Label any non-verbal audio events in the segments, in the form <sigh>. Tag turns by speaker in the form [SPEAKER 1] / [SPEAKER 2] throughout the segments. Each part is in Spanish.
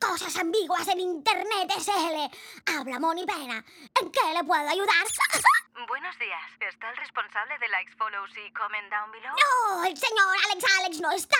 [SPEAKER 1] cosas ambiguas en internet SL. Habla, Moni Pena. ¿En qué le puedo ayudar?
[SPEAKER 2] Buenos días. ¿Está el responsable de likes, follows y comment down below?
[SPEAKER 1] No, el señor Alex Alex no está.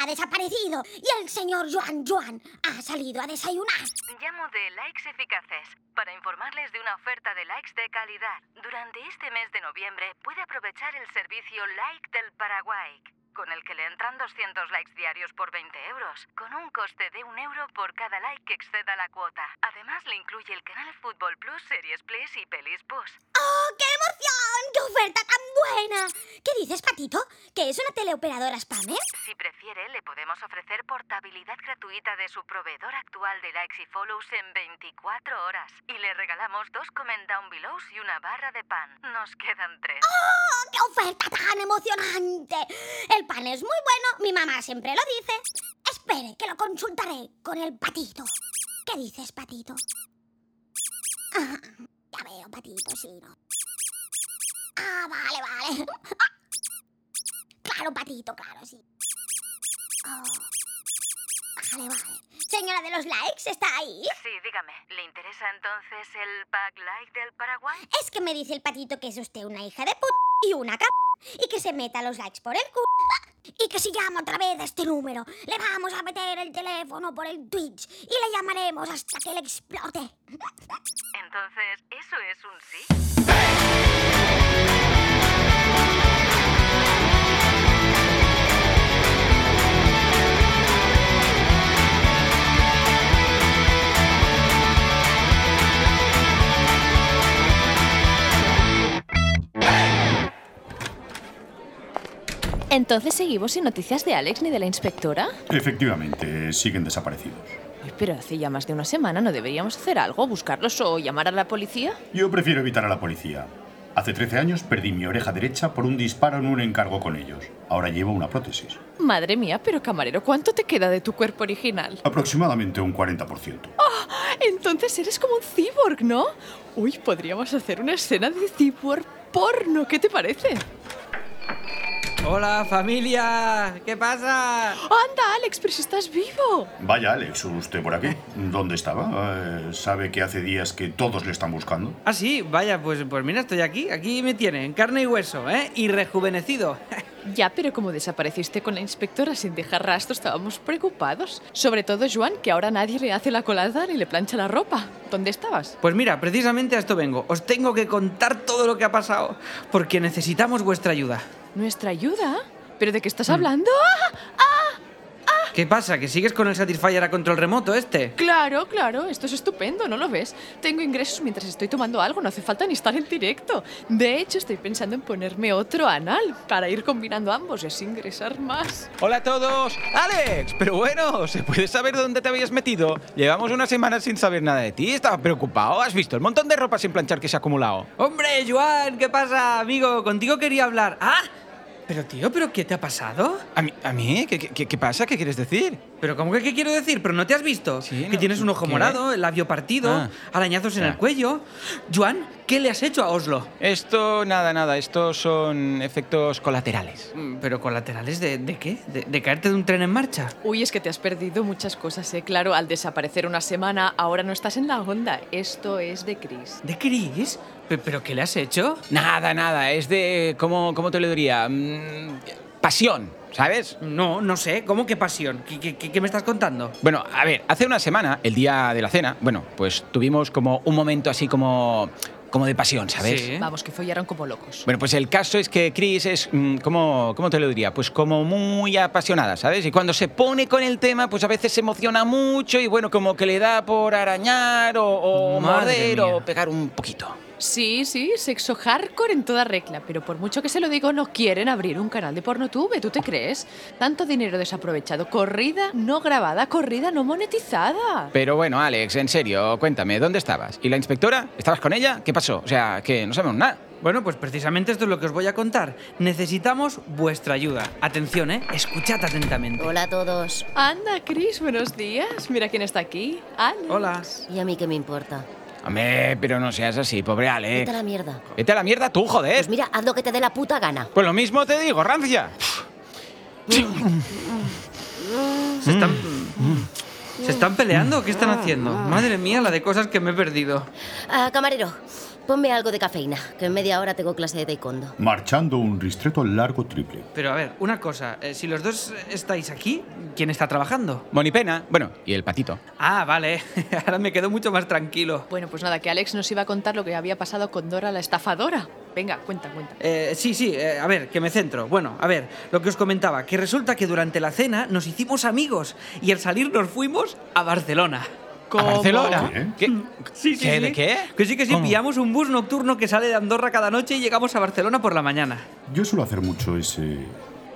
[SPEAKER 1] Ha desaparecido. Y el señor Joan Joan ha salido a desayunar.
[SPEAKER 2] Llamo de Likes Eficaces para informarles de una oferta de likes de calidad. Durante este mes de noviembre puede aprovechar el servicio Like del Paraguay, con el que le entran 200 likes diarios por 20 euros, con un coste de un euro por cada like que exceda la cuota. Además le incluye el canal Fútbol Plus, Series Plus y Pelis Plus.
[SPEAKER 1] ¡Oh, qué emoción! ¡Qué oferta tan buena! ¿Qué dices, Patito? ¿Que es una teleoperadora spammer?
[SPEAKER 2] Si prefiere, le podemos ofrecer portabilidad gratuita de su proveedor actual de likes y follows en 24 horas. Y le regalamos dos comment down belows y una barra de pan. Nos quedan tres.
[SPEAKER 1] ¡Oh, qué oferta tan emocionante! El pan es muy bueno, mi mamá siempre lo dice. Espere, que lo consultaré con el patito. ¿Qué dices, patito? Ah, ya veo, patito, sí, no. Ah, vale, vale. Claro, patito, claro, sí. Oh, Vale, vale. Señora de los likes, ¿está ahí?
[SPEAKER 2] Sí, dígame, ¿le interesa entonces el pack like del Paraguay?
[SPEAKER 1] Es que me dice el patito que es usted una hija de puta y una c... y que se meta los likes por el culo. Y que si llama otra vez a este número, le vamos a meter el teléfono por el Twitch y le llamaremos hasta que le explote.
[SPEAKER 2] Entonces, ¿eso es un sí?
[SPEAKER 3] Entonces seguimos sin noticias de Alex ni de la inspectora.
[SPEAKER 4] Efectivamente, siguen desaparecidos.
[SPEAKER 3] Ay, Pero hace ya más de una semana, ¿no deberíamos hacer algo? ¿Buscarlos o llamar a la policía?
[SPEAKER 4] Yo prefiero evitar a la policía. Hace 13 años perdí mi oreja derecha por un disparo en un encargo con ellos. Ahora llevo una prótesis.
[SPEAKER 3] Madre mía, pero camarero, ¿cuánto te queda de tu cuerpo original? ¡Ah!
[SPEAKER 4] Aproximadamente un 40%.
[SPEAKER 3] Entonces eres como un cyborg, ¿no? Uy, podríamos hacer una escena de cyborg porno, ¿qué te parece?
[SPEAKER 5] Hola familia, ¿qué pasa?
[SPEAKER 3] ¡Anda, Alex, pero si estás vivo!
[SPEAKER 4] Vaya, Alex, ¿usted por aquí? ¿Dónde estaba? Eh, ¿Sabe que hace días que todos le están buscando?
[SPEAKER 5] Ah, sí, vaya, pues, pues mira, estoy aquí, aquí me tienen, carne y hueso, ¿eh? Y rejuvenecido. <laughs>
[SPEAKER 3] Ya, pero como desapareciste con la inspectora sin dejar rastro, estábamos preocupados. Sobre todo Joan, que ahora nadie le hace la colada ni le plancha la ropa. ¿Dónde estabas?
[SPEAKER 5] Pues mira, precisamente a esto vengo, os tengo que contar todo lo que ha pasado, porque necesitamos vuestra ayuda.
[SPEAKER 3] ¿Nuestra ayuda? ¿Pero de qué
[SPEAKER 5] Mm.
[SPEAKER 3] estás hablando? ¡Ah!
[SPEAKER 5] ¿Qué pasa? ¿Que sigues con el Satisfyer a control remoto este?
[SPEAKER 3] Claro, claro, esto es estupendo, ¿no lo ves? Tengo ingresos mientras estoy tomando algo, no hace falta ni estar en directo. De hecho, estoy pensando en ponerme otro anal para ir combinando ambos y así ingresar más.
[SPEAKER 6] Hola a todos. Alex, pero bueno, ¿se puede saber dónde te habías metido? Llevamos una semana sin saber nada de ti, estaba preocupado. ¿Has visto el montón de ropa sin planchar que se ha acumulado?
[SPEAKER 5] Hombre, Joan, ¿qué pasa, amigo? Contigo quería hablar. ¿Ah? Pero tío, ¿pero qué te ha pasado?
[SPEAKER 6] ¿A mí? a mí? ¿Qué, qué- qué pasa? ¿Qué quieres decir?
[SPEAKER 5] ¿Pero cómo que qué quiero decir? ¿Pero no te has visto?
[SPEAKER 6] Sí,
[SPEAKER 5] que
[SPEAKER 6] no,
[SPEAKER 5] tienes un ojo
[SPEAKER 6] ¿qué?
[SPEAKER 5] morado, el labio partido,
[SPEAKER 6] Ah.
[SPEAKER 5] arañazos en
[SPEAKER 6] Ya.
[SPEAKER 5] el cuello. Joan, ¿qué le has hecho a Oslo?
[SPEAKER 6] Esto, nada, nada, estos son efectos colaterales.
[SPEAKER 5] Mm, ¿Pero colaterales de, de qué? De, de caerte de un tren en marcha?
[SPEAKER 3] Uy, es que te has perdido muchas cosas, ¿eh? Claro, al desaparecer una semana, ahora no estás en la onda. Esto es de Chris.
[SPEAKER 5] ¿De Chris? ¿Pe- ¿Pero qué le has hecho?
[SPEAKER 6] Nada, nada, es de... ¿Cómo, cómo te lo diría? Mm, pasión, ¿sabes?
[SPEAKER 5] No, no sé. ¿Cómo que pasión? ¿Qué, qué- qué- qué me estás contando?
[SPEAKER 6] Bueno, a ver, hace una semana, el día de la cena, bueno, pues tuvimos como un momento así como, como de pasión, ¿sabes?
[SPEAKER 5] Sí. ¿Eh?
[SPEAKER 3] Vamos, que follaron como locos.
[SPEAKER 6] Bueno, pues el caso es que Chris es, mm, ¿cómo, ¿cómo te lo diría? Pues como muy apasionada, ¿sabes? Y cuando se pone con el tema, pues a veces se emociona mucho y bueno, como que le da por arañar o, o
[SPEAKER 5] Madre
[SPEAKER 6] morder o
[SPEAKER 5] mía.
[SPEAKER 6] pegar un poquito.
[SPEAKER 3] Sí, sí, sexo hardcore en toda regla, pero por mucho que se lo digo, no quieren abrir un canal de PornoTube, ¿tú te crees? Tanto dinero desaprovechado, corrida no grabada, corrida no monetizada.
[SPEAKER 6] Pero bueno, Alex, en serio, cuéntame, ¿dónde estabas? ¿Y la inspectora? ¿Estabas con ella? ¿Qué pasó? O sea, que no sabemos nada.
[SPEAKER 5] Bueno, pues precisamente esto es lo que os voy a contar. Necesitamos vuestra ayuda. Atención, ¿eh? Escuchad atentamente.
[SPEAKER 7] Hola a todos.
[SPEAKER 3] Anda, Chris, buenos días. Mira quién está aquí. Alex.
[SPEAKER 5] Hola.
[SPEAKER 7] ¿Y a mí qué me importa?
[SPEAKER 6] Hombre, pero no seas así, pobre
[SPEAKER 5] Eh.
[SPEAKER 7] Vete a
[SPEAKER 6] Alex.
[SPEAKER 7] la
[SPEAKER 5] <laughs>
[SPEAKER 7] mierda.
[SPEAKER 6] Vete a la mierda tú, joder.
[SPEAKER 7] Pues mira, haz lo que te dé la puta gana.
[SPEAKER 6] Pues lo mismo te digo, rancia. Mm.
[SPEAKER 5] Se están... mm, ¿Se están peleando? ¿Qué están haciendo? Madre mía, la de cosas que me he perdido.
[SPEAKER 7] Ah, camarero, ponme algo de cafeína, que en media hora tengo clase de taekwondo.
[SPEAKER 4] Marchando un ristreto largo triple.
[SPEAKER 5] Pero a ver, una cosa, eh, si los dos estáis aquí, ¿quién está trabajando?
[SPEAKER 6] Monipena, Ah, bueno, y el patito.
[SPEAKER 5] Ah, vale, <laughs> ahora me quedo mucho más tranquilo.
[SPEAKER 3] Bueno, pues nada, que Alex nos iba a contar lo que había pasado con Dora la estafadora. Venga, cuenta, cuenta.
[SPEAKER 5] Eh, sí, sí, eh, a ver, que me centro. Bueno, a ver, lo que os comentaba, que resulta que durante la cena nos hicimos amigos y al salir nos fuimos a Barcelona.
[SPEAKER 6] ¿A Barcelona? ¿Qué?
[SPEAKER 5] Sí, sí,
[SPEAKER 6] ¿Qué?
[SPEAKER 5] sí.
[SPEAKER 6] ¿De qué?
[SPEAKER 5] Que sí, que sí,
[SPEAKER 6] ¿Cómo?
[SPEAKER 5] pillamos un bus nocturno que sale de Andorra cada noche y llegamos a Barcelona por la mañana.
[SPEAKER 4] Yo suelo hacer mucho ese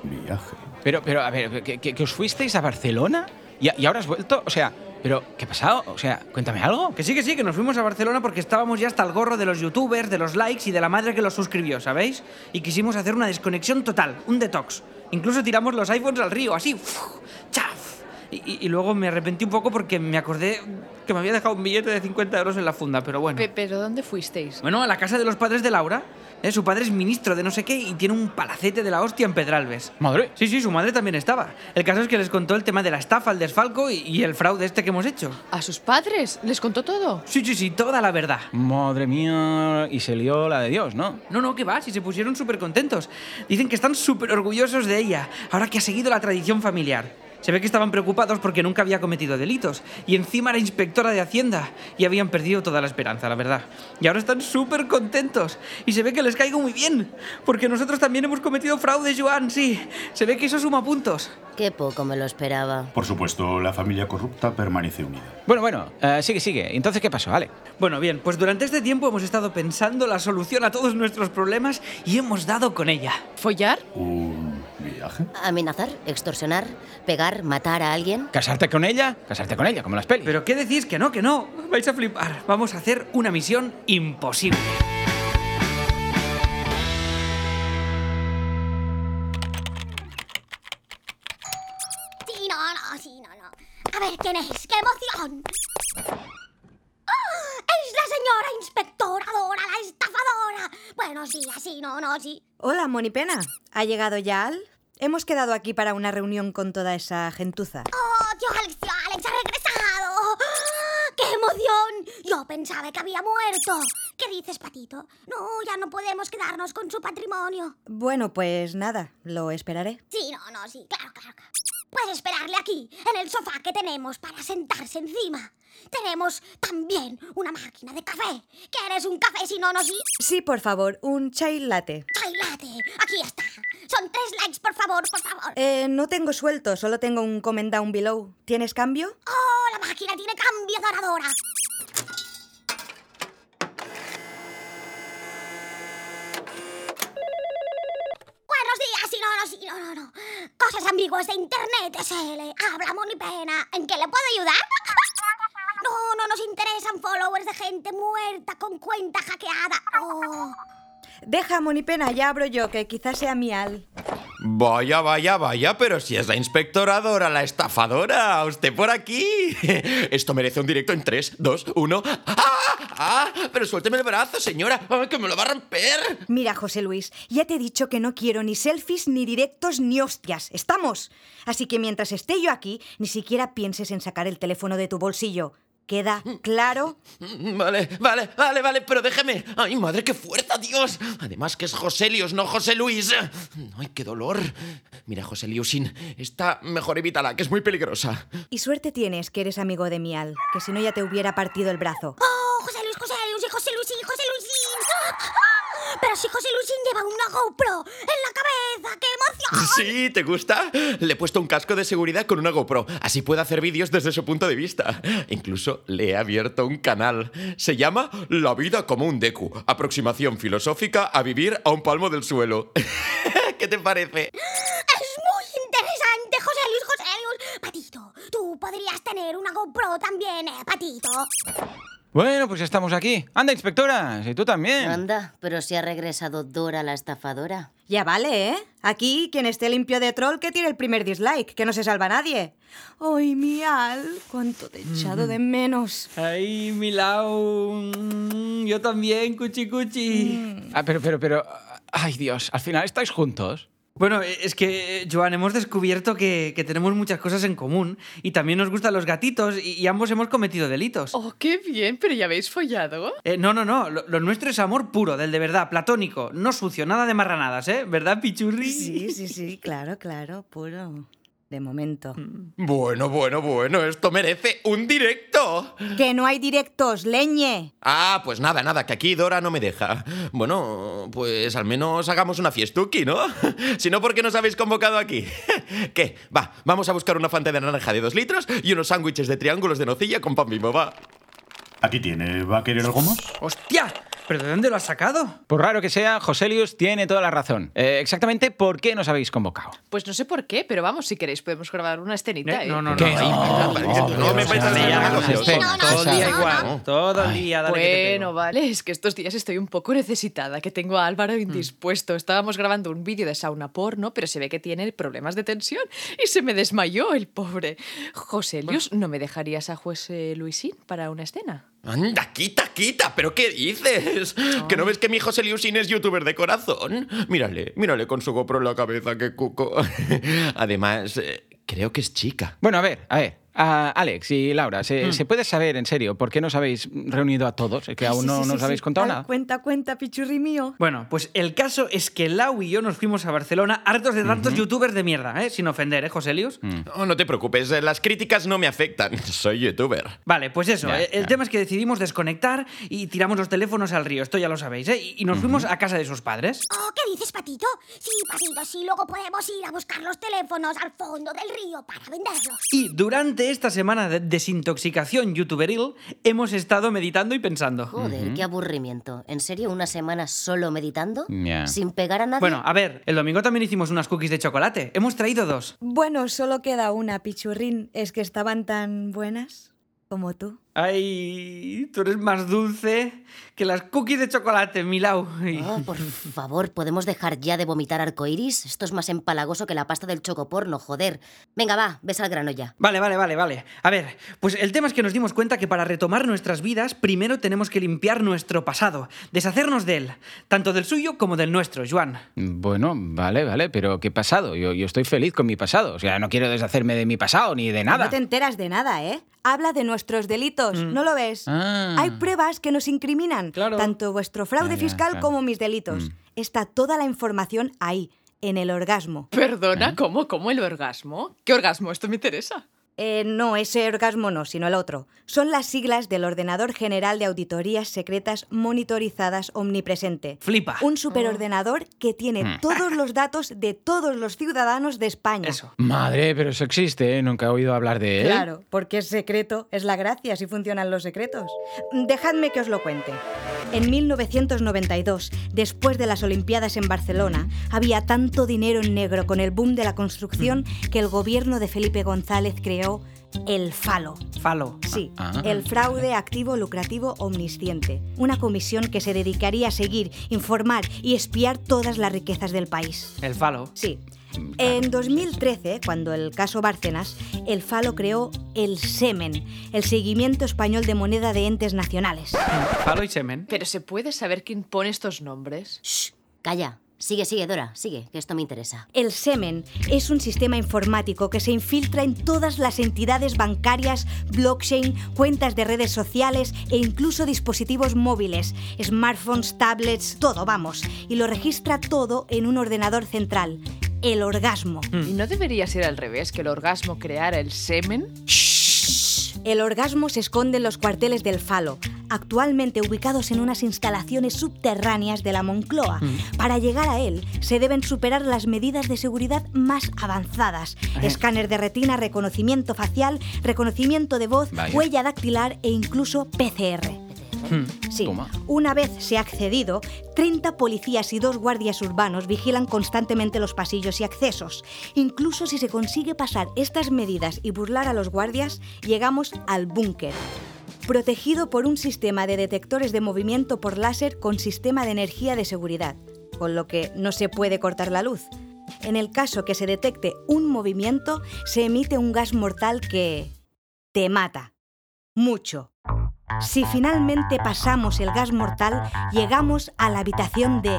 [SPEAKER 4] viaje.
[SPEAKER 6] Pero, pero, a ver, ¿que, que- que os fuisteis a Barcelona y, y ahora has vuelto? O sea, ¿pero qué ha pasado? O sea, cuéntame algo.
[SPEAKER 5] Que sí, que sí, que nos fuimos a Barcelona porque estábamos ya hasta el gorro de los youtubers, de los likes y de la madre que los suscribió, ¿sabéis? Y quisimos hacer una desconexión total, un detox. Incluso tiramos los iPhones al río, así, ¡fuf! chaf. Y, y- y luego me arrepentí un poco porque me acordé que me había dejado un billete de 50 euros en la funda, pero bueno.
[SPEAKER 3] Pe- ¿Pero dónde fuisteis?
[SPEAKER 5] Bueno, a la casa de los padres de Laura. ¿eh? Su padre es ministro de no sé qué y tiene un palacete de la hostia en Pedralbes.
[SPEAKER 6] Madre.
[SPEAKER 5] Sí, sí, su madre también estaba. El caso es que les contó el tema de la estafa, el desfalco y- y el fraude este que hemos hecho.
[SPEAKER 3] ¿A sus padres? ¿Les contó todo?
[SPEAKER 5] Sí, sí, sí, toda la verdad.
[SPEAKER 6] Madre mía, y se lió la de Dios, ¿no?
[SPEAKER 5] No, no, que va, si se pusieron súper contentos. Dicen que están súper orgullosos de ella, ahora que ha seguido la tradición familiar. Se ve que estaban preocupados porque nunca había cometido delitos, y encima era inspectora de Hacienda, y habían perdido toda la esperanza, la verdad. Y ahora están súper contentos, y se ve que les caigo muy bien, porque nosotros también hemos cometido fraude, Joan, sí. Se ve que eso suma puntos.
[SPEAKER 7] Qué poco me lo esperaba.
[SPEAKER 4] Por supuesto, la familia corrupta permanece unida.
[SPEAKER 6] Bueno, bueno, eh, sigue, sigue. Entonces, ¿qué pasó, Ale?
[SPEAKER 5] Bueno, bien, pues durante este tiempo hemos estado pensando la solución a todos nuestros problemas y hemos dado con ella.
[SPEAKER 3] ¿Follar?
[SPEAKER 4] ¿Un viaje?
[SPEAKER 7] Amenazar, extorsionar, pegar, matar a alguien.
[SPEAKER 6] ¿Casarte con ella? ¿Casarte con ella? Como las pelis.
[SPEAKER 5] ¿Pero qué decís? Que no, que no. Vais a flipar. Vamos a hacer una misión imposible.
[SPEAKER 1] Sí, no, no, sí, no, no. A ver quién es, qué emoción. ¡Ah! Es la señora inspectoradora, la estafadora. Bueno, sí, así, no, no, sí.
[SPEAKER 8] Hola, Monipena. ¿Ha llegado ya Al? Hemos quedado aquí para una reunión con toda esa gentuza.
[SPEAKER 1] ¡Oh, tío Alex, tío Alex, ha regresado! ¡Ah! ¡Qué emoción! Yo pensaba que había muerto. ¿Qué dices, patito? No, ya no podemos quedarnos con su patrimonio.
[SPEAKER 8] Bueno, pues nada, lo esperaré.
[SPEAKER 1] Sí, no, no, sí, claro, claro. claro. Puede esperarle aquí, en el sofá que tenemos para sentarse encima. Tenemos también una máquina de café. ¿Quieres un café si no, no, sí?
[SPEAKER 8] Sí, por favor, un chai latte.
[SPEAKER 1] ¡Ay, late! Aquí está. Son tres likes, por favor, por favor.
[SPEAKER 8] Eh, no tengo suelto, solo tengo un comment down below. ¿Tienes cambio?
[SPEAKER 1] ¡Oh, la máquina tiene cambio ganadora! Buenos días, sí, no, no, sí, no, no, no. Cosas ambiguas de internet, SL. Habla Monipena. ¿En qué le puedo ayudar? <laughs> No, no nos interesan followers de gente muerta con cuenta hackeada. Oh.
[SPEAKER 8] Deja, Monipena, ya abro yo, que quizás sea mi Al.
[SPEAKER 9] Vaya, vaya, vaya, pero si es la inspectoradora, la estafadora, usted por aquí. <laughs> Esto merece un directo en 3, 2, 1. ¡Ah! ¡Ah! Pero suélteme el brazo, señora, ¡Ah, que me lo va a romper.
[SPEAKER 8] Mira, José Luis, ya te he dicho que no quiero ni selfies, ni directos, ni hostias. ¿Estamos? Así que mientras esté yo aquí, ni siquiera pienses en sacar el teléfono de tu bolsillo. ¿Queda claro?
[SPEAKER 9] Mm, Vale, vale, vale, vale, pero déjeme. ¡Ay, madre, qué fuerza, Dios! Además que es Joselius, no José Luis. ¡Ay, qué dolor! Mira, José Liusin, esta mejor evítala, que es muy peligrosa.
[SPEAKER 8] Y suerte tienes que eres amigo de Mial, que si no ya te hubiera partido el brazo.
[SPEAKER 1] ¡Oh, José Luis, José Luis, y José Luisín, José Luisín! ¡Ah! Pero si José Luisín lleva una GoPro en la cabeza, ¡qué emoción!
[SPEAKER 9] Sí, ¿te gusta? Le he puesto un casco de seguridad con una GoPro. Así puede hacer vídeos desde su punto de vista. Incluso le he abierto un canal. Se llama La vida como un Deku. Aproximación filosófica a vivir a un palmo del suelo. <laughs> ¿Qué te parece?
[SPEAKER 1] Es muy interesante, José Luis, José Luis. Patito, tú podrías tener una GoPro también, ¿eh, Patito?
[SPEAKER 6] Bueno, pues estamos aquí. Anda, inspectora, si tú también.
[SPEAKER 7] Anda, pero si ha regresado Dora la estafadora.
[SPEAKER 8] Ya vale, ¿eh? Aquí, quien esté limpio de troll, que tire el primer dislike, que no se salva nadie. ¡Ay, Mial! ¡Cuánto te he echado de menos!
[SPEAKER 5] Ay, Milau. Mm, Yo también, cuchi cuchi.
[SPEAKER 6] Mm. Ah, pero, pero, pero. Ay, Dios, al final estáis juntos.
[SPEAKER 5] Bueno, eh, es que, eh, Joan, hemos descubierto que, que tenemos muchas cosas en común y también nos gustan los gatitos y, y ambos hemos cometido delitos.
[SPEAKER 3] Oh, qué bien, pero ya habéis follado.
[SPEAKER 5] Eh, no, no, no, lo, lo nuestro es amor puro, del de verdad, platónico, no sucio, nada de marranadas, ¿eh? ¿Verdad, Pichurri?
[SPEAKER 8] Sí, sí, sí, claro, claro, puro. De momento.
[SPEAKER 9] Bueno, bueno, bueno, esto merece un directo.
[SPEAKER 8] Que no hay directos, leñe.
[SPEAKER 9] Ah, pues nada, nada, que aquí Dora no me deja. Bueno, pues al menos hagamos una fiestuki, ¿no? <laughs> si no, ¿por qué nos habéis convocado aquí? <laughs> ¿Qué? Va, vamos a buscar una fanta de naranja de dos litros y unos sándwiches de triángulos de nocilla con pan bimbo, va.
[SPEAKER 4] Aquí tiene, ¿va a querer algo más?
[SPEAKER 5] ¡Hostia! ¿Pero de dónde lo has sacado?
[SPEAKER 6] Por raro que sea, Joselius tiene toda la razón. Eh, exactamente por qué nos habéis convocado.
[SPEAKER 3] Pues no sé por qué, pero vamos, si queréis podemos grabar una escenita.
[SPEAKER 5] Eh,
[SPEAKER 3] ¿eh?
[SPEAKER 5] no, no, no.
[SPEAKER 6] ¿Qué?
[SPEAKER 5] ahí
[SPEAKER 9] No, no me pensáis nada,
[SPEAKER 5] me llamas,
[SPEAKER 9] no,
[SPEAKER 6] este.
[SPEAKER 9] no, no,
[SPEAKER 5] Todo el día
[SPEAKER 9] no,
[SPEAKER 5] igual,
[SPEAKER 9] no.
[SPEAKER 5] todo el día, dale que te pego.
[SPEAKER 3] Bueno, vale, es que estos días estoy un poco necesitada, que tengo a Álvaro indispuesto. Estábamos grabando un vídeo de sauna porno, pero se ve que tiene problemas de tensión y se me desmayó el pobre. José Luis, ¿no me dejarías a José Luisín para una escena?
[SPEAKER 9] Anda, quita, quita, pero ¿qué dices? ¿Que no ves que mi José Liusín es youtuber de corazón? Mírale, mírale con su GoPro en la cabeza, qué cuco. <laughs> Además, eh, creo que es chica.
[SPEAKER 6] Bueno, a ver, a ver. a Alex y Laura, ¿se,
[SPEAKER 5] Hmm.
[SPEAKER 6] se puede saber en serio por qué nos habéis reunido a todos? Es que aún
[SPEAKER 8] Sí,
[SPEAKER 6] no
[SPEAKER 8] sí, sí,
[SPEAKER 6] nos
[SPEAKER 8] sí.
[SPEAKER 6] habéis contado
[SPEAKER 8] Ay,
[SPEAKER 6] nada.
[SPEAKER 8] Cuenta, cuenta, pichurri mío.
[SPEAKER 5] Bueno, pues el caso es que Lau y yo nos fuimos a Barcelona hartos de tantos youtubers de mierda, ¿eh? Sin ofender, ¿eh, Joselius?
[SPEAKER 9] Oh, no te preocupes, eh, las críticas no me afectan. <laughs> Soy youtuber.
[SPEAKER 5] Vale, pues eso.
[SPEAKER 6] Ya,
[SPEAKER 5] eh, el
[SPEAKER 6] ya.
[SPEAKER 5] tema es que decidimos desconectar y tiramos los teléfonos al río. Esto ya lo sabéis, ¿eh? Y, y nos fuimos a casa de sus padres.
[SPEAKER 1] Oh, ¿qué dices, Patito? Sí, Patito, sí, luego podemos ir a buscar los teléfonos al fondo del río para venderlos.
[SPEAKER 5] Y durante esta semana de desintoxicación youtuberil hemos estado meditando y pensando.
[SPEAKER 7] Joder, qué aburrimiento. ¿En serio una semana solo meditando?
[SPEAKER 6] Ya.
[SPEAKER 7] ¿Sin pegar a nadie?
[SPEAKER 5] Bueno, a ver, el domingo también hicimos unas cookies de chocolate. Hemos traído dos.
[SPEAKER 8] Bueno, solo queda una, pichurrín. Es que estaban tan buenas como tú.
[SPEAKER 5] Ay, tú eres más dulce que las cookies de chocolate, Milau. Y-
[SPEAKER 7] Oh, por favor, ¿podemos dejar ya de vomitar arcoiris? Esto es más empalagoso que la pasta del chocoporno, joder. Venga, va, ves al grano ya.
[SPEAKER 5] Vale, vale, vale, vale. A ver, pues el tema es que nos dimos cuenta que para retomar nuestras vidas, primero tenemos que limpiar nuestro pasado, deshacernos de él, tanto del suyo como del nuestro, Juan.
[SPEAKER 6] Bueno, vale, vale, pero ¿qué pasado? Yo, yo estoy feliz con mi pasado. O sea, no quiero deshacerme de mi pasado ni de nada. Mm.
[SPEAKER 8] No te enteras de nada, ¿eh? Habla de nuestros delitos, ¿no lo ves?
[SPEAKER 6] Ah.
[SPEAKER 8] Hay pruebas que nos incriminan,
[SPEAKER 5] Claro.
[SPEAKER 8] tanto vuestro fraude
[SPEAKER 6] Ah, ya,
[SPEAKER 8] fiscal
[SPEAKER 6] claro. Mm.
[SPEAKER 8] como mis delitos. Está toda la información ahí, en el orgasmo.
[SPEAKER 3] Perdona, ¿cómo? ¿Cómo el orgasmo? ¿Qué orgasmo? Esto me interesa.
[SPEAKER 8] Eh, no, ese orgasmo no, sino el otro. Son las siglas del Ordenador General de Auditorías Secretas Monitorizadas Omnipresente.
[SPEAKER 5] Flipa.
[SPEAKER 8] Un superordenador que tiene
[SPEAKER 6] Mm.
[SPEAKER 8] todos los datos de todos los ciudadanos de España.
[SPEAKER 5] Eso.
[SPEAKER 6] Madre, pero eso existe, ¿eh? Nunca he oído hablar de él.
[SPEAKER 8] Claro, porque es secreto, es la gracia si funcionan los secretos. Dejadme que os lo cuente. En 1992, después de las Olimpiadas en Barcelona, había tanto dinero en negro con el boom de la construcción que el gobierno de Felipe González creó el FALO.
[SPEAKER 5] Falo.
[SPEAKER 8] Sí,
[SPEAKER 6] Ah.
[SPEAKER 8] el fraude activo lucrativo omnisciente, una comisión que se dedicaría a seguir, informar y espiar todas las riquezas del país.
[SPEAKER 5] El falo.
[SPEAKER 8] Sí. En 2013, cuando el caso Bárcenas, el Falo creó el SEMEN, el Seguimiento Español de Moneda de Entes Nacionales.
[SPEAKER 5] Falo y semen.
[SPEAKER 3] Pero se puede saber quién pone estos nombres.
[SPEAKER 7] Shh, calla. Sigue, sigue, Dora, sigue, que esto me interesa.
[SPEAKER 8] El SEMEN es un sistema informático que se infiltra en todas las entidades bancarias, blockchain, cuentas de redes sociales e incluso dispositivos móviles, smartphones, tablets, todo, vamos, y lo registra todo en un ordenador central, el orgasmo.
[SPEAKER 3] ¿Y no debería ser al revés, que el orgasmo creara el semen?
[SPEAKER 8] El orgasmo se esconde en los cuarteles del Falo, actualmente ubicados en unas instalaciones subterráneas de la Moncloa.
[SPEAKER 7] Mm.
[SPEAKER 5] Mm.
[SPEAKER 8] Para llegar a él se deben superar las medidas de seguridad más avanzadas. Escáner de retina, reconocimiento facial, reconocimiento de voz,
[SPEAKER 6] Vaya.
[SPEAKER 8] huella dactilar e incluso PCR. Sí.
[SPEAKER 6] Toma.
[SPEAKER 8] Una vez se ha accedido, 30 policías y dos guardias urbanos vigilan constantemente los pasillos y accesos. Incluso si se consigue pasar estas medidas y burlar a los guardias, llegamos al búnker. Protegido por un sistema de detectores de movimiento por láser con sistema de energía de seguridad, con lo que no se puede cortar la luz. En el caso que se detecte un movimiento, se emite un gas mortal que te mata. Mucho. Si finalmente pasamos el gas mortal, llegamos a la habitación de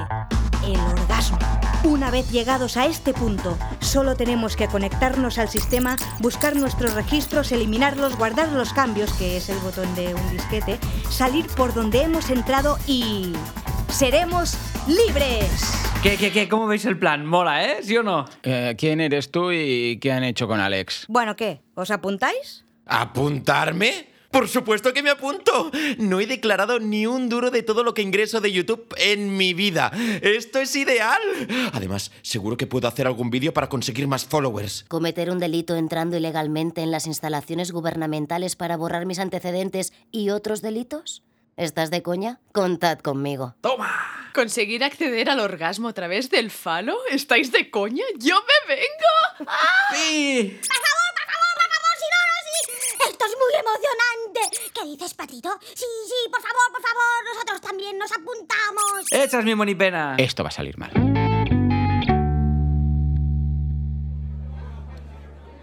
[SPEAKER 8] el orgasmo. Una vez llegados a este punto, solo tenemos que conectarnos al sistema, buscar nuestros registros, eliminarlos, guardar los cambios, que es el botón de un disquete, salir por donde hemos entrado y... ¡Seremos libres!
[SPEAKER 5] ¿Qué, qué, qué? ¿Cómo veis el plan? Mola, ¿eh? ¿Sí o no?
[SPEAKER 6] Eh, ¿Quién eres tú y qué han hecho con Alex?
[SPEAKER 8] Bueno, ¿qué? ¿Os apuntáis?
[SPEAKER 9] ¿Apuntarme? Por supuesto que me apunto. No he declarado ni un duro de todo lo que ingreso de YouTube en mi vida. Esto es ideal. Además, seguro que puedo hacer algún vídeo para conseguir más followers.
[SPEAKER 7] Cometer un delito entrando ilegalmente en las instalaciones gubernamentales para borrar mis antecedentes y otros delitos? ¿Estás de coña? Contad conmigo.
[SPEAKER 3] ¿Conseguir acceder al orgasmo a través del falo? ¿Estáis de coña? ¡Yo me vengo!
[SPEAKER 5] ¡Sí!
[SPEAKER 1] ¡Por favor, por favor, por favor! ¡Si no, no, sí! ¡Esto es muy emocionante! ¿Qué dices, Patito? Sí, sí, por favor, por favor. Nosotros también nos apuntamos.
[SPEAKER 6] Eh,
[SPEAKER 5] Esa es mi monipena.
[SPEAKER 6] Esto va a salir mal.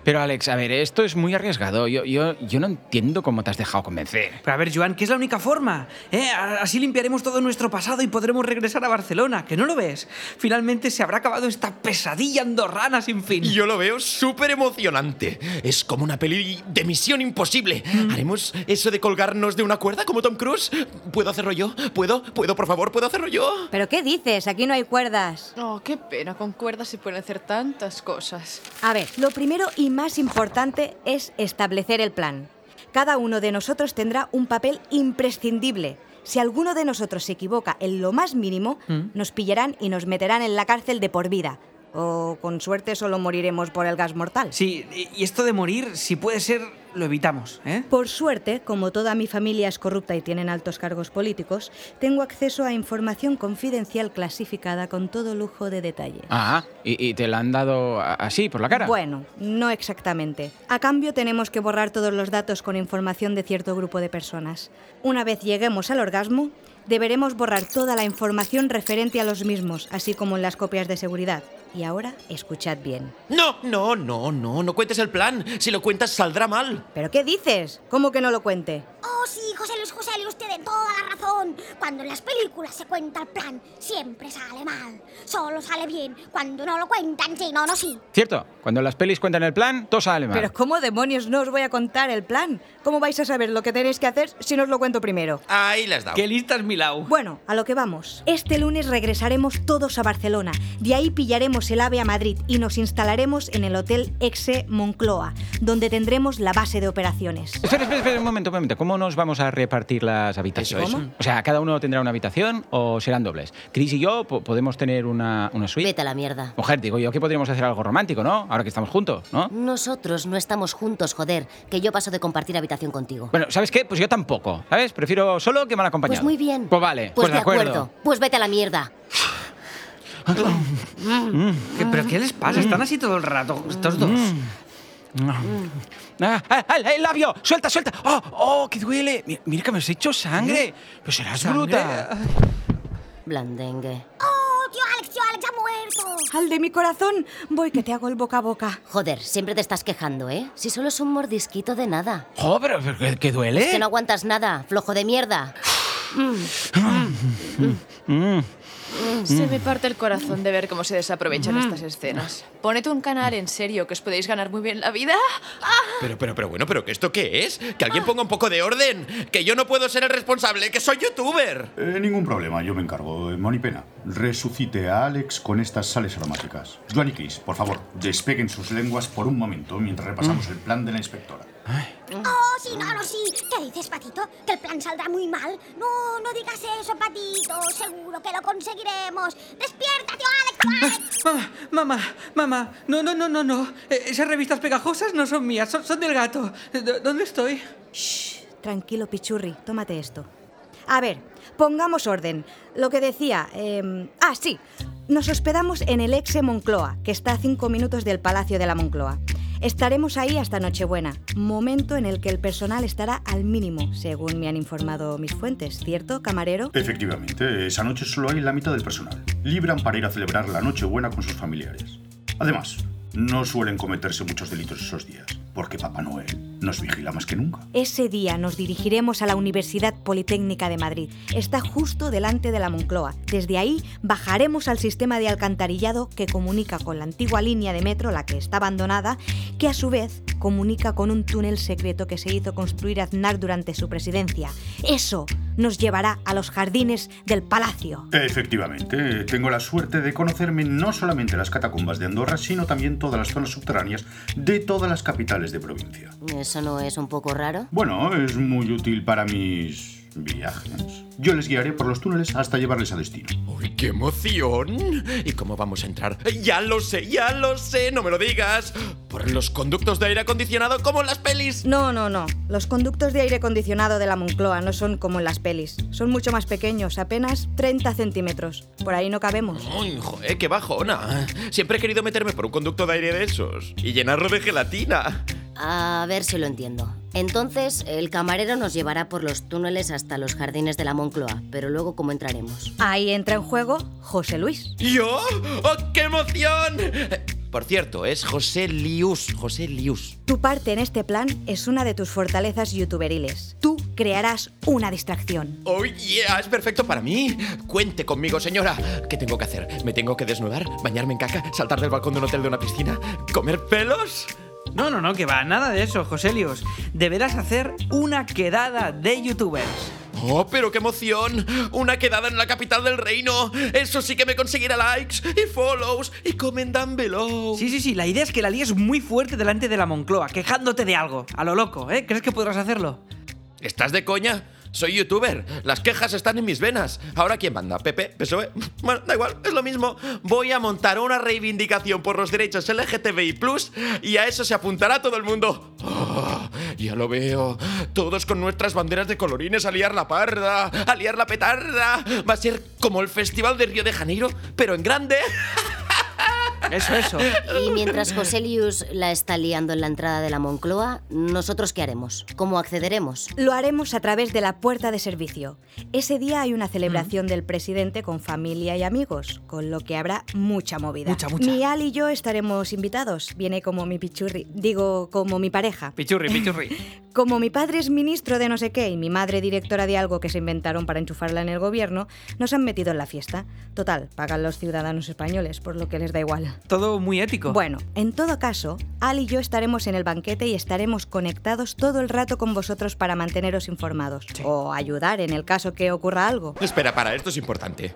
[SPEAKER 6] Pero Alex, a ver, esto es muy arriesgado. Yo, yo, yo no entiendo cómo te has dejado convencer.
[SPEAKER 5] Pero a ver, Joan, que es la única forma. ¿eh? A- Así limpiaremos todo nuestro pasado y podremos regresar a Barcelona, que no lo ves. Finalmente se habrá acabado esta pesadilla andorrana sin fin.
[SPEAKER 9] Yo lo veo súper emocionante. Es como una peli de misión imposible. ¿Haremos eso de colgarnos de una cuerda como Tom Cruise? ¿Puedo hacerlo yo? ¿Puedo? ¿Puedo, por favor? ¿Puedo hacerlo yo?
[SPEAKER 8] ¿Pero qué dices? Aquí no hay cuerdas.
[SPEAKER 3] Oh, qué pena, con cuerdas se pueden hacer tantas cosas.
[SPEAKER 8] A ver, lo primero y más importante es establecer el plan. Cada uno de nosotros tendrá un papel imprescindible. Si alguno de nosotros se equivoca en lo más mínimo, nos pillarán y nos meterán en la cárcel de por vida. O con suerte solo moriremos por el gas mortal.
[SPEAKER 5] Sí, y- y esto de morir, si puede ser, lo evitamos, ¿eh?
[SPEAKER 8] Por suerte, como toda mi familia es corrupta y tienen altos cargos políticos, tengo acceso a información confidencial clasificada con todo lujo de detalle.
[SPEAKER 6] Ah, y, y te la han dado a- así, por la cara.
[SPEAKER 8] Bueno, no exactamente. A cambio tenemos que borrar todos los datos con información de cierto grupo de personas. Una vez lleguemos al orgasmo, deberemos borrar toda la información referente a los mismos, así como en las copias de seguridad. Y ahora, escuchad bien.
[SPEAKER 9] No, no, no, no, no cuentes el plan. Si lo cuentas saldrá mal.
[SPEAKER 8] ¿Pero qué dices? ¿Cómo que no lo cuente?
[SPEAKER 1] Oh, sí, José Luis, José Luis, tiene toda la razón. Cuando en las películas se cuenta el plan, siempre sale mal. Solo sale bien cuando no lo cuentan, sí, no, no, sí.
[SPEAKER 6] Cierto, cuando las pelis cuentan el plan, todo sale mal.
[SPEAKER 8] Pero ¿cómo demonios no os voy a contar el plan? ¿Cómo vais a saber lo que tenéis que hacer si no os lo cuento primero?
[SPEAKER 9] Ahí las dado.
[SPEAKER 5] ¡Qué lista es Milau!
[SPEAKER 8] Bueno, a lo que vamos. Este lunes regresaremos todos a Barcelona. De ahí pillaremos el AVE a Madrid y nos instalaremos en el Hotel Exe Moncloa, donde tendremos la base de operaciones.
[SPEAKER 6] Espera, espera, espera, un momento, un momento. ¿Cómo nos vamos a repartir las habitaciones?
[SPEAKER 9] Eso, eso.
[SPEAKER 6] O sea, ¿cada uno tendrá una habitación o serán dobles? Chris y yo po- podemos tener una, una suite.
[SPEAKER 7] Vete a la mierda.
[SPEAKER 6] Mujer, digo yo que podríamos hacer algo romántico, ¿no? Ahora que estamos juntos, ¿no?
[SPEAKER 7] Nosotros no estamos juntos, joder, que yo paso de compartir habitación contigo.
[SPEAKER 6] Bueno, ¿sabes qué? Pues yo tampoco, ¿sabes? Prefiero solo que mal acompañado.
[SPEAKER 7] Pues muy bien.
[SPEAKER 6] Pues vale, pues,
[SPEAKER 7] de acuerdo. Pues vete a la mierda.
[SPEAKER 6] Mm.
[SPEAKER 7] Mm.
[SPEAKER 5] ¿Qué- ¿Pero qué les pasa? Están así todo el rato, estos dos.
[SPEAKER 6] Ah, ah, ah, el labio! ¡Suelta, suelta! ¡Oh, oh, que duele! Mi- Mira que me has hecho
[SPEAKER 5] ¿Eh?
[SPEAKER 6] sangre. Pero serás bruta.
[SPEAKER 7] Blandengue.
[SPEAKER 1] Oh, tío Alex, tío Alex ha muerto.
[SPEAKER 8] ¡Al de mi corazón! Voy que te hago el boca a boca.
[SPEAKER 7] Joder, siempre te estás quejando, ¿eh? Si solo es un mordisquito de nada.
[SPEAKER 6] ¡Oh, pero, pero que, que duele!
[SPEAKER 7] Que no aguantas nada, flojo de mierda.
[SPEAKER 6] Mm.
[SPEAKER 3] Mm, Se me parte el corazón de ver cómo se desaprovechan estas escenas. Poned un canal en serio, que os podéis ganar muy bien la vida.
[SPEAKER 9] Pero, pero, pero bueno, pero ¿que ¿esto qué es? Que alguien ponga un poco de orden. Que yo no puedo ser el responsable, que soy youtuber.
[SPEAKER 4] Eh, ningún problema, yo me encargo. Eh, Monipena, resucite a Alex con estas sales aromáticas. Joan y Chris, por favor, despeguen sus lenguas por un momento mientras repasamos el plan de la inspectora.
[SPEAKER 1] Oh, sí, no, no, sí. ¿Qué dices, Patito? ¿Que el plan saldrá muy mal? No, no digas eso, Patito. Seguro que lo conseguiremos. ¡Despierta, tío Alex, tío Alex!
[SPEAKER 5] Mamá, mamá, mamá, no, no, no, no, no. Eh, Esas revistas pegajosas no son mías, son, son del gato. Eh, ¿dó- ¿Dónde estoy?
[SPEAKER 8] Tranquilo, Pichurri, tómate esto. A ver, pongamos orden. Lo que decía... eh, ah, sí. Nos hospedamos en el Exe Moncloa, que está a cinco minutos del Palacio de la Moncloa. Estaremos ahí hasta Nochebuena, momento en el que el personal estará al mínimo, según me han informado mis fuentes, ¿cierto, camarero?
[SPEAKER 4] Efectivamente, esa noche solo hay la mitad del personal. Libran para ir a celebrar la Nochebuena con sus familiares. Además, no suelen cometerse muchos delitos esos días. porque Papá Noel nos vigila más que nunca.
[SPEAKER 8] Ese día nos dirigiremos a la Universidad Politécnica de Madrid. Está justo delante de la Moncloa. Desde ahí bajaremos al sistema de alcantarillado que comunica con la antigua línea de metro, la que está abandonada, que a su vez comunica con un túnel secreto que se hizo construir Aznar durante su presidencia. Eso nos llevará a los jardines del palacio.
[SPEAKER 4] Efectivamente, tengo la suerte de conocerme no solamente las catacumbas de Andorra, sino también todas las zonas subterráneas de todas las capitales de provincia.
[SPEAKER 7] Mm, ¿Eso no es un poco raro?
[SPEAKER 4] Bueno, es muy útil para mis viajes. Yo les guiaré por los túneles hasta llevarles a destino.
[SPEAKER 9] ¡Uy, qué emoción! ¿Y cómo vamos a entrar? Ya lo sé, ya lo sé, no me lo digas. Por los conductos de aire acondicionado como en las pelis.
[SPEAKER 8] No, no, no. Los conductos de aire acondicionado de la Moncloa no son como en las pelis. Son mucho más pequeños, apenas 30 centímetros. Por ahí no cabemos.
[SPEAKER 9] Uy, joder, qué bajona. Siempre he querido meterme por un conducto de aire de esos y llenarlo de gelatina.
[SPEAKER 7] A ver si lo entiendo. Entonces, el camarero nos llevará por los túneles hasta los jardines de la Moncloa, pero luego cómo entraremos.
[SPEAKER 8] Ahí entra en juego José Luis.
[SPEAKER 9] ¿Yo? ¡Oh, qué emoción! Eh, Por cierto, es José Lius, José Lius.
[SPEAKER 8] Tu parte en este plan es una de tus fortalezas youtuberiles. Tú crearás una distracción.
[SPEAKER 9] ¡Oh, yeah! Es perfecto para mí. Cuente conmigo, señora. ¿Qué tengo que hacer? ¿Me tengo que desnudar? ¿Bañarme en caca? ¿Saltar del balcón de un hotel de una piscina? ¿Comer pelos?
[SPEAKER 5] No, no, no, que va, nada de eso, Joselios. Deberás hacer una quedada de youtubers.
[SPEAKER 9] ¡Oh, pero qué emoción! Una quedada en la capital del reino. Eso sí que me conseguirá likes y follows y comentan below.
[SPEAKER 5] Sí, sí, sí, la idea es que la líes muy fuerte delante de la Moncloa, quejándote de algo, a lo loco, ¿eh? ¿Crees que podrás hacerlo?
[SPEAKER 9] ¿Estás de coña? Soy youtuber, las quejas están en mis venas. Ahora quién manda, Pepe, PSOE. E? Bueno, da igual, es lo mismo. Voy a montar una reivindicación por los derechos LGTBI+ y a eso se apuntará todo el mundo. Oh, ya lo veo. Todos con nuestras banderas de colorines a liar la parda, a liar la petarda. Va a ser como el Festival de Río de Janeiro, pero en grande.
[SPEAKER 5] <laughs> Eso, eso.
[SPEAKER 7] Y mientras Joselius la está liando en la entrada de la Moncloa, ¿nosotros qué haremos? ¿Cómo accederemos?
[SPEAKER 8] Lo haremos a través de la puerta de servicio. Ese día hay una celebración
[SPEAKER 5] Mm.
[SPEAKER 8] del presidente con familia y amigos, con lo que habrá mucha movida.
[SPEAKER 5] Mucha, mucha.
[SPEAKER 8] Ni Al y yo estaremos invitados. Viene como mi pichurri, digo, como mi pareja.
[SPEAKER 5] Pichurri, pichurri.
[SPEAKER 8] <laughs> Como mi padre es ministro de no sé qué y mi madre directora de algo que se inventaron para enchufarla en el gobierno, nos han metido en la fiesta. Total, pagan los ciudadanos españoles, por lo que les da igual.
[SPEAKER 5] <laughs> Todo muy ético.
[SPEAKER 8] Bueno, en todo caso, Al y yo estaremos en el banquete y estaremos conectados todo el rato con vosotros para manteneros informados o ayudar en el caso que ocurra algo.
[SPEAKER 9] Espera, para, esto es importante.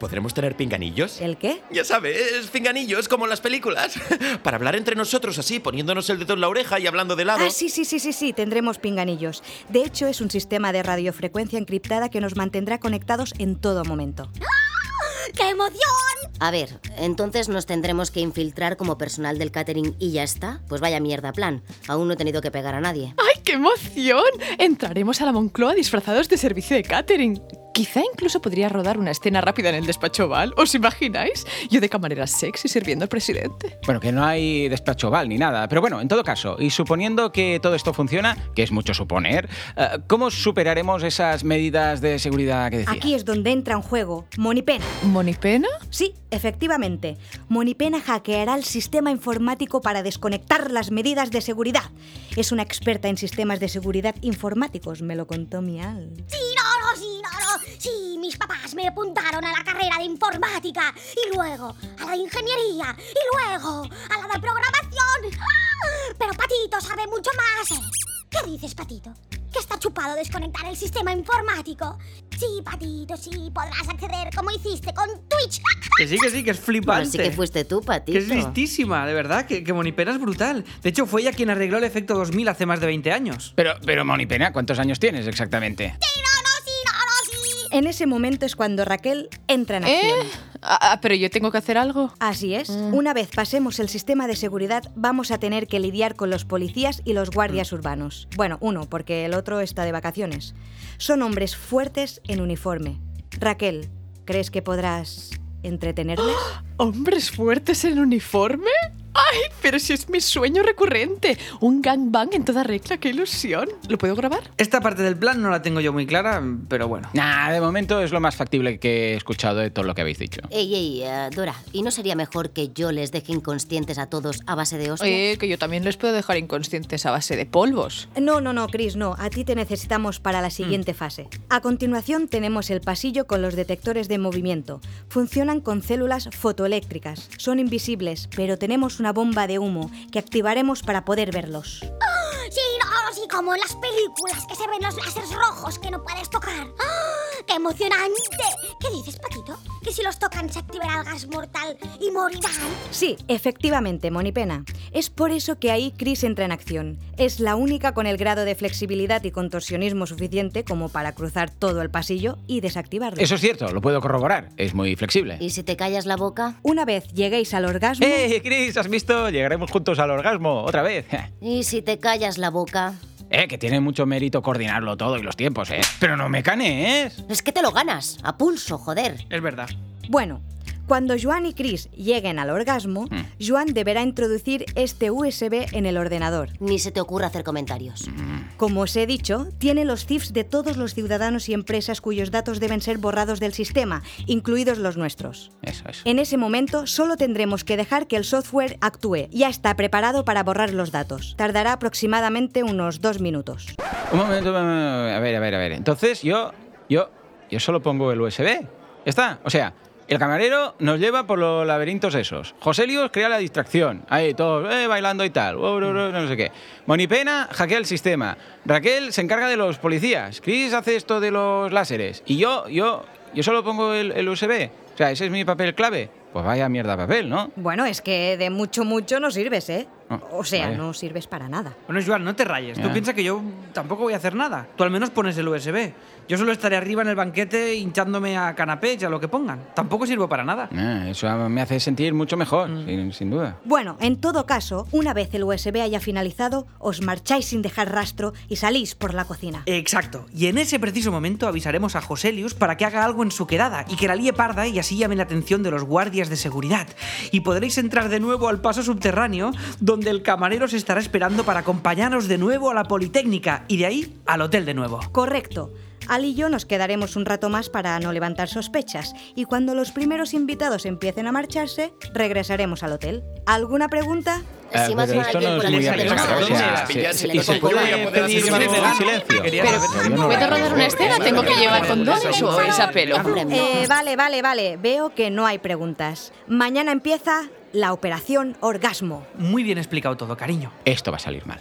[SPEAKER 9] ¿Podremos tener pinganillos?
[SPEAKER 8] ¿El qué?
[SPEAKER 9] Ya sabes, pinganillos como en las películas. <laughs> Para hablar entre nosotros así, poniéndonos el dedo en la oreja y hablando de lado.
[SPEAKER 8] Ah, sí, sí, sí, sí, sí, tendremos pinganillos. De hecho, es un sistema de radiofrecuencia encriptada que nos mantendrá conectados en todo momento.
[SPEAKER 1] ¡Qué emoción!
[SPEAKER 7] A ver, entonces nos tendremos que infiltrar como personal del catering y ya está. Pues vaya mierda plan. Aún no he tenido que pegar a nadie.
[SPEAKER 3] ¡Ay, qué emoción! Entraremos a la Moncloa disfrazados de servicio de catering. Quizá incluso podría rodar una escena rápida en el despacho oval, ¿os imagináis? Yo de camarera sexy sirviendo al presidente.
[SPEAKER 6] Bueno, que no hay despacho oval ni nada. Pero bueno, en todo caso, y suponiendo que todo esto funciona, que es mucho suponer, eh, ¿cómo superaremos esas medidas de seguridad que decía?
[SPEAKER 8] Aquí es donde entra en juego Monipena.
[SPEAKER 3] ¿Monipena?
[SPEAKER 8] Sí, efectivamente. Monipena hackeará el sistema informático para desconectar las medidas de seguridad. Es una experta en sistemas de seguridad informáticos, me lo contó mi al.
[SPEAKER 1] Sí, no, no, sí, no, no. Sí, mis papás me apuntaron a la carrera de informática y luego a la de ingeniería y luego a la de programación. ¡Ah! Pero Patito sabe mucho más. ¿eh? ¿Qué dices, Patito? ¿Que está chupado desconectar el sistema informático? Sí, Patito, sí, podrás acceder como hiciste con Twitch.
[SPEAKER 5] Que sí, que sí, que es flipante.
[SPEAKER 7] Pues sí que fuiste tú,
[SPEAKER 5] Que
[SPEAKER 7] Patito.
[SPEAKER 5] es listísima, de verdad, que, que Monipera es brutal. De hecho, fue ella quien arregló el efecto 2000 hace más de 20 años.
[SPEAKER 6] Pero, pero Monipena, ¿cuántos años tienes exactamente?
[SPEAKER 1] Sí, no, no, sí, no, no, sí.
[SPEAKER 8] En ese momento es cuando Raquel entra en
[SPEAKER 3] ¿Eh?
[SPEAKER 8] acción.
[SPEAKER 3] Ah, ah, pero yo tengo que hacer algo. Mm.
[SPEAKER 8] Así es. Una vez pasemos el sistema de seguridad, vamos a tener que lidiar con los policías y los guardias
[SPEAKER 3] Mm.
[SPEAKER 8] urbanos. Bueno, uno, porque el otro está de vacaciones. Son hombres fuertes en uniforme. Raquel,
[SPEAKER 3] <gasps>
[SPEAKER 8] ¿crees que podrás entretenerles?
[SPEAKER 3] ¿Hombres fuertes en uniforme? ¡Ay, pero si es mi sueño recurrente! Un gangbang en toda regla, qué ilusión. ¿Lo puedo grabar?
[SPEAKER 5] Esta parte del plan no la tengo yo muy clara, pero bueno.
[SPEAKER 6] Nah, de momento es lo más factible que he escuchado de todo lo que habéis dicho.
[SPEAKER 7] Ey, ey, eh, Dora, ¿y no sería mejor que yo les deje inconscientes a todos a base de hostias?
[SPEAKER 3] Oye, que yo también les puedo dejar inconscientes a base de polvos.
[SPEAKER 8] No, no, no, Chris, no. A ti te necesitamos para la siguiente fase. A continuación tenemos el pasillo con los detectores de movimiento. Funcionan con células fotoeléctricas. Son invisibles, pero tenemos una bomba de humo que activaremos para poder verlos.
[SPEAKER 1] ¡Ah! Sí, no, sí, como en las películas que se ven los láseres rojos que no puedes tocar. ¡Ah! ¡Qué emocionante! ¿Qué dices, Paquito? ¿Que si los tocan se activará el gas mortal y morirán?
[SPEAKER 8] Sí, efectivamente, Monipena. Es por eso que ahí Chris entra en acción. Es la única con el grado de flexibilidad y contorsionismo suficiente como para cruzar todo el pasillo y desactivarlo.
[SPEAKER 6] Eso es cierto, lo puedo corroborar. Es muy flexible.
[SPEAKER 7] ¿Y si te callas la boca?
[SPEAKER 8] Una vez lleguéis al orgasmo...
[SPEAKER 6] ¡Eh, Chris! ¿Has visto? Llegaremos juntos al orgasmo,
[SPEAKER 7] <laughs>
[SPEAKER 6] otra vez.
[SPEAKER 7] ¿Y si te callas la boca?
[SPEAKER 6] Eh, que tiene mucho mérito coordinarlo todo y los tiempos, ¿eh? Pero no me canes.
[SPEAKER 7] Es que te lo ganas, a pulso, joder.
[SPEAKER 5] Es verdad.
[SPEAKER 8] Bueno, cuando Joan y Chris lleguen al orgasmo,
[SPEAKER 6] Mm.
[SPEAKER 8] Joan deberá introducir este USB en el ordenador.
[SPEAKER 7] Ni se te ocurra hacer comentarios.
[SPEAKER 6] Mm.
[SPEAKER 8] Como os he dicho, tiene los CIFs de todos los ciudadanos y empresas cuyos datos deben ser borrados del sistema, incluidos los nuestros.
[SPEAKER 6] Eso es.
[SPEAKER 8] En ese momento solo tendremos que dejar que el software actúe. Ya está preparado para borrar los datos. Tardará aproximadamente unos dos minutos.
[SPEAKER 6] Un momento, un momento, a ver, a ver, a ver. Entonces yo, yo, yo solo pongo el USB. Ya está. O sea, el camarero nos lleva por los laberintos esos. Joselius crea la distracción. Ahí todos eh, bailando y tal. Uh, uh, uh, No sé qué. Monipena hackea el sistema. Raquel se encarga de los policías. Chris hace esto de los láseres. Y yo, yo, yo solo pongo el, el USB. O sea, ese es mi papel clave. Pues vaya mierda de papel, ¿no?
[SPEAKER 8] Bueno, es que de mucho, mucho no sirves, ¿eh?
[SPEAKER 6] Ah,
[SPEAKER 8] O sea,
[SPEAKER 6] vaya.
[SPEAKER 8] no sirves para nada.
[SPEAKER 5] Bueno, Joan, no te rayes. Tú
[SPEAKER 6] Ya.
[SPEAKER 5] piensas que yo tampoco voy a hacer nada. Tú al menos pones el USB. Yo solo estaré arriba en el banquete hinchándome a canapés y a lo que pongan. Tampoco sirvo para nada.
[SPEAKER 6] Ah, eso me hace sentir mucho mejor, sin, sin duda.
[SPEAKER 8] Bueno, en todo caso, una vez el USB haya finalizado, os marcháis sin dejar rastro y salís por la cocina.
[SPEAKER 5] Exacto. Y en ese preciso momento avisaremos a Joselius para que haga algo en su quedada y que la líe parda y así llame la atención de los guardias de seguridad. Y podréis entrar de nuevo al paso subterráneo donde el camarero se estará esperando para acompañaros de nuevo a la Politécnica y de ahí al hotel de nuevo.
[SPEAKER 8] Correcto. Al y yo nos quedaremos un rato más para no levantar sospechas y cuando los primeros invitados empiecen a marcharse, regresaremos al hotel. ¿alguna pregunta?
[SPEAKER 6] Ah,
[SPEAKER 7] Si más
[SPEAKER 6] pero
[SPEAKER 7] mal
[SPEAKER 6] esto no
[SPEAKER 7] tiempo
[SPEAKER 6] es
[SPEAKER 7] la
[SPEAKER 6] muy
[SPEAKER 7] sale
[SPEAKER 5] arriesgado,
[SPEAKER 7] mal.
[SPEAKER 6] arriesgado. O sea,
[SPEAKER 9] Si me las pillas, si
[SPEAKER 6] sí, y se
[SPEAKER 9] me las pillas,
[SPEAKER 6] puede
[SPEAKER 9] voy a poder
[SPEAKER 6] pedir
[SPEAKER 9] hacer
[SPEAKER 6] en silencio.
[SPEAKER 5] Quería
[SPEAKER 3] Pero,
[SPEAKER 5] saber-
[SPEAKER 6] no,
[SPEAKER 3] ¿puedo rodar una escena? ¿Tengo que llevar condones o es a pelo?
[SPEAKER 7] Hombre, no.
[SPEAKER 8] Eh, vale, vale, vale. Veo que no hay preguntas. Mañana empieza la operación orgasmo.
[SPEAKER 5] Muy bien explicado todo, cariño.
[SPEAKER 6] Esto va a salir mal.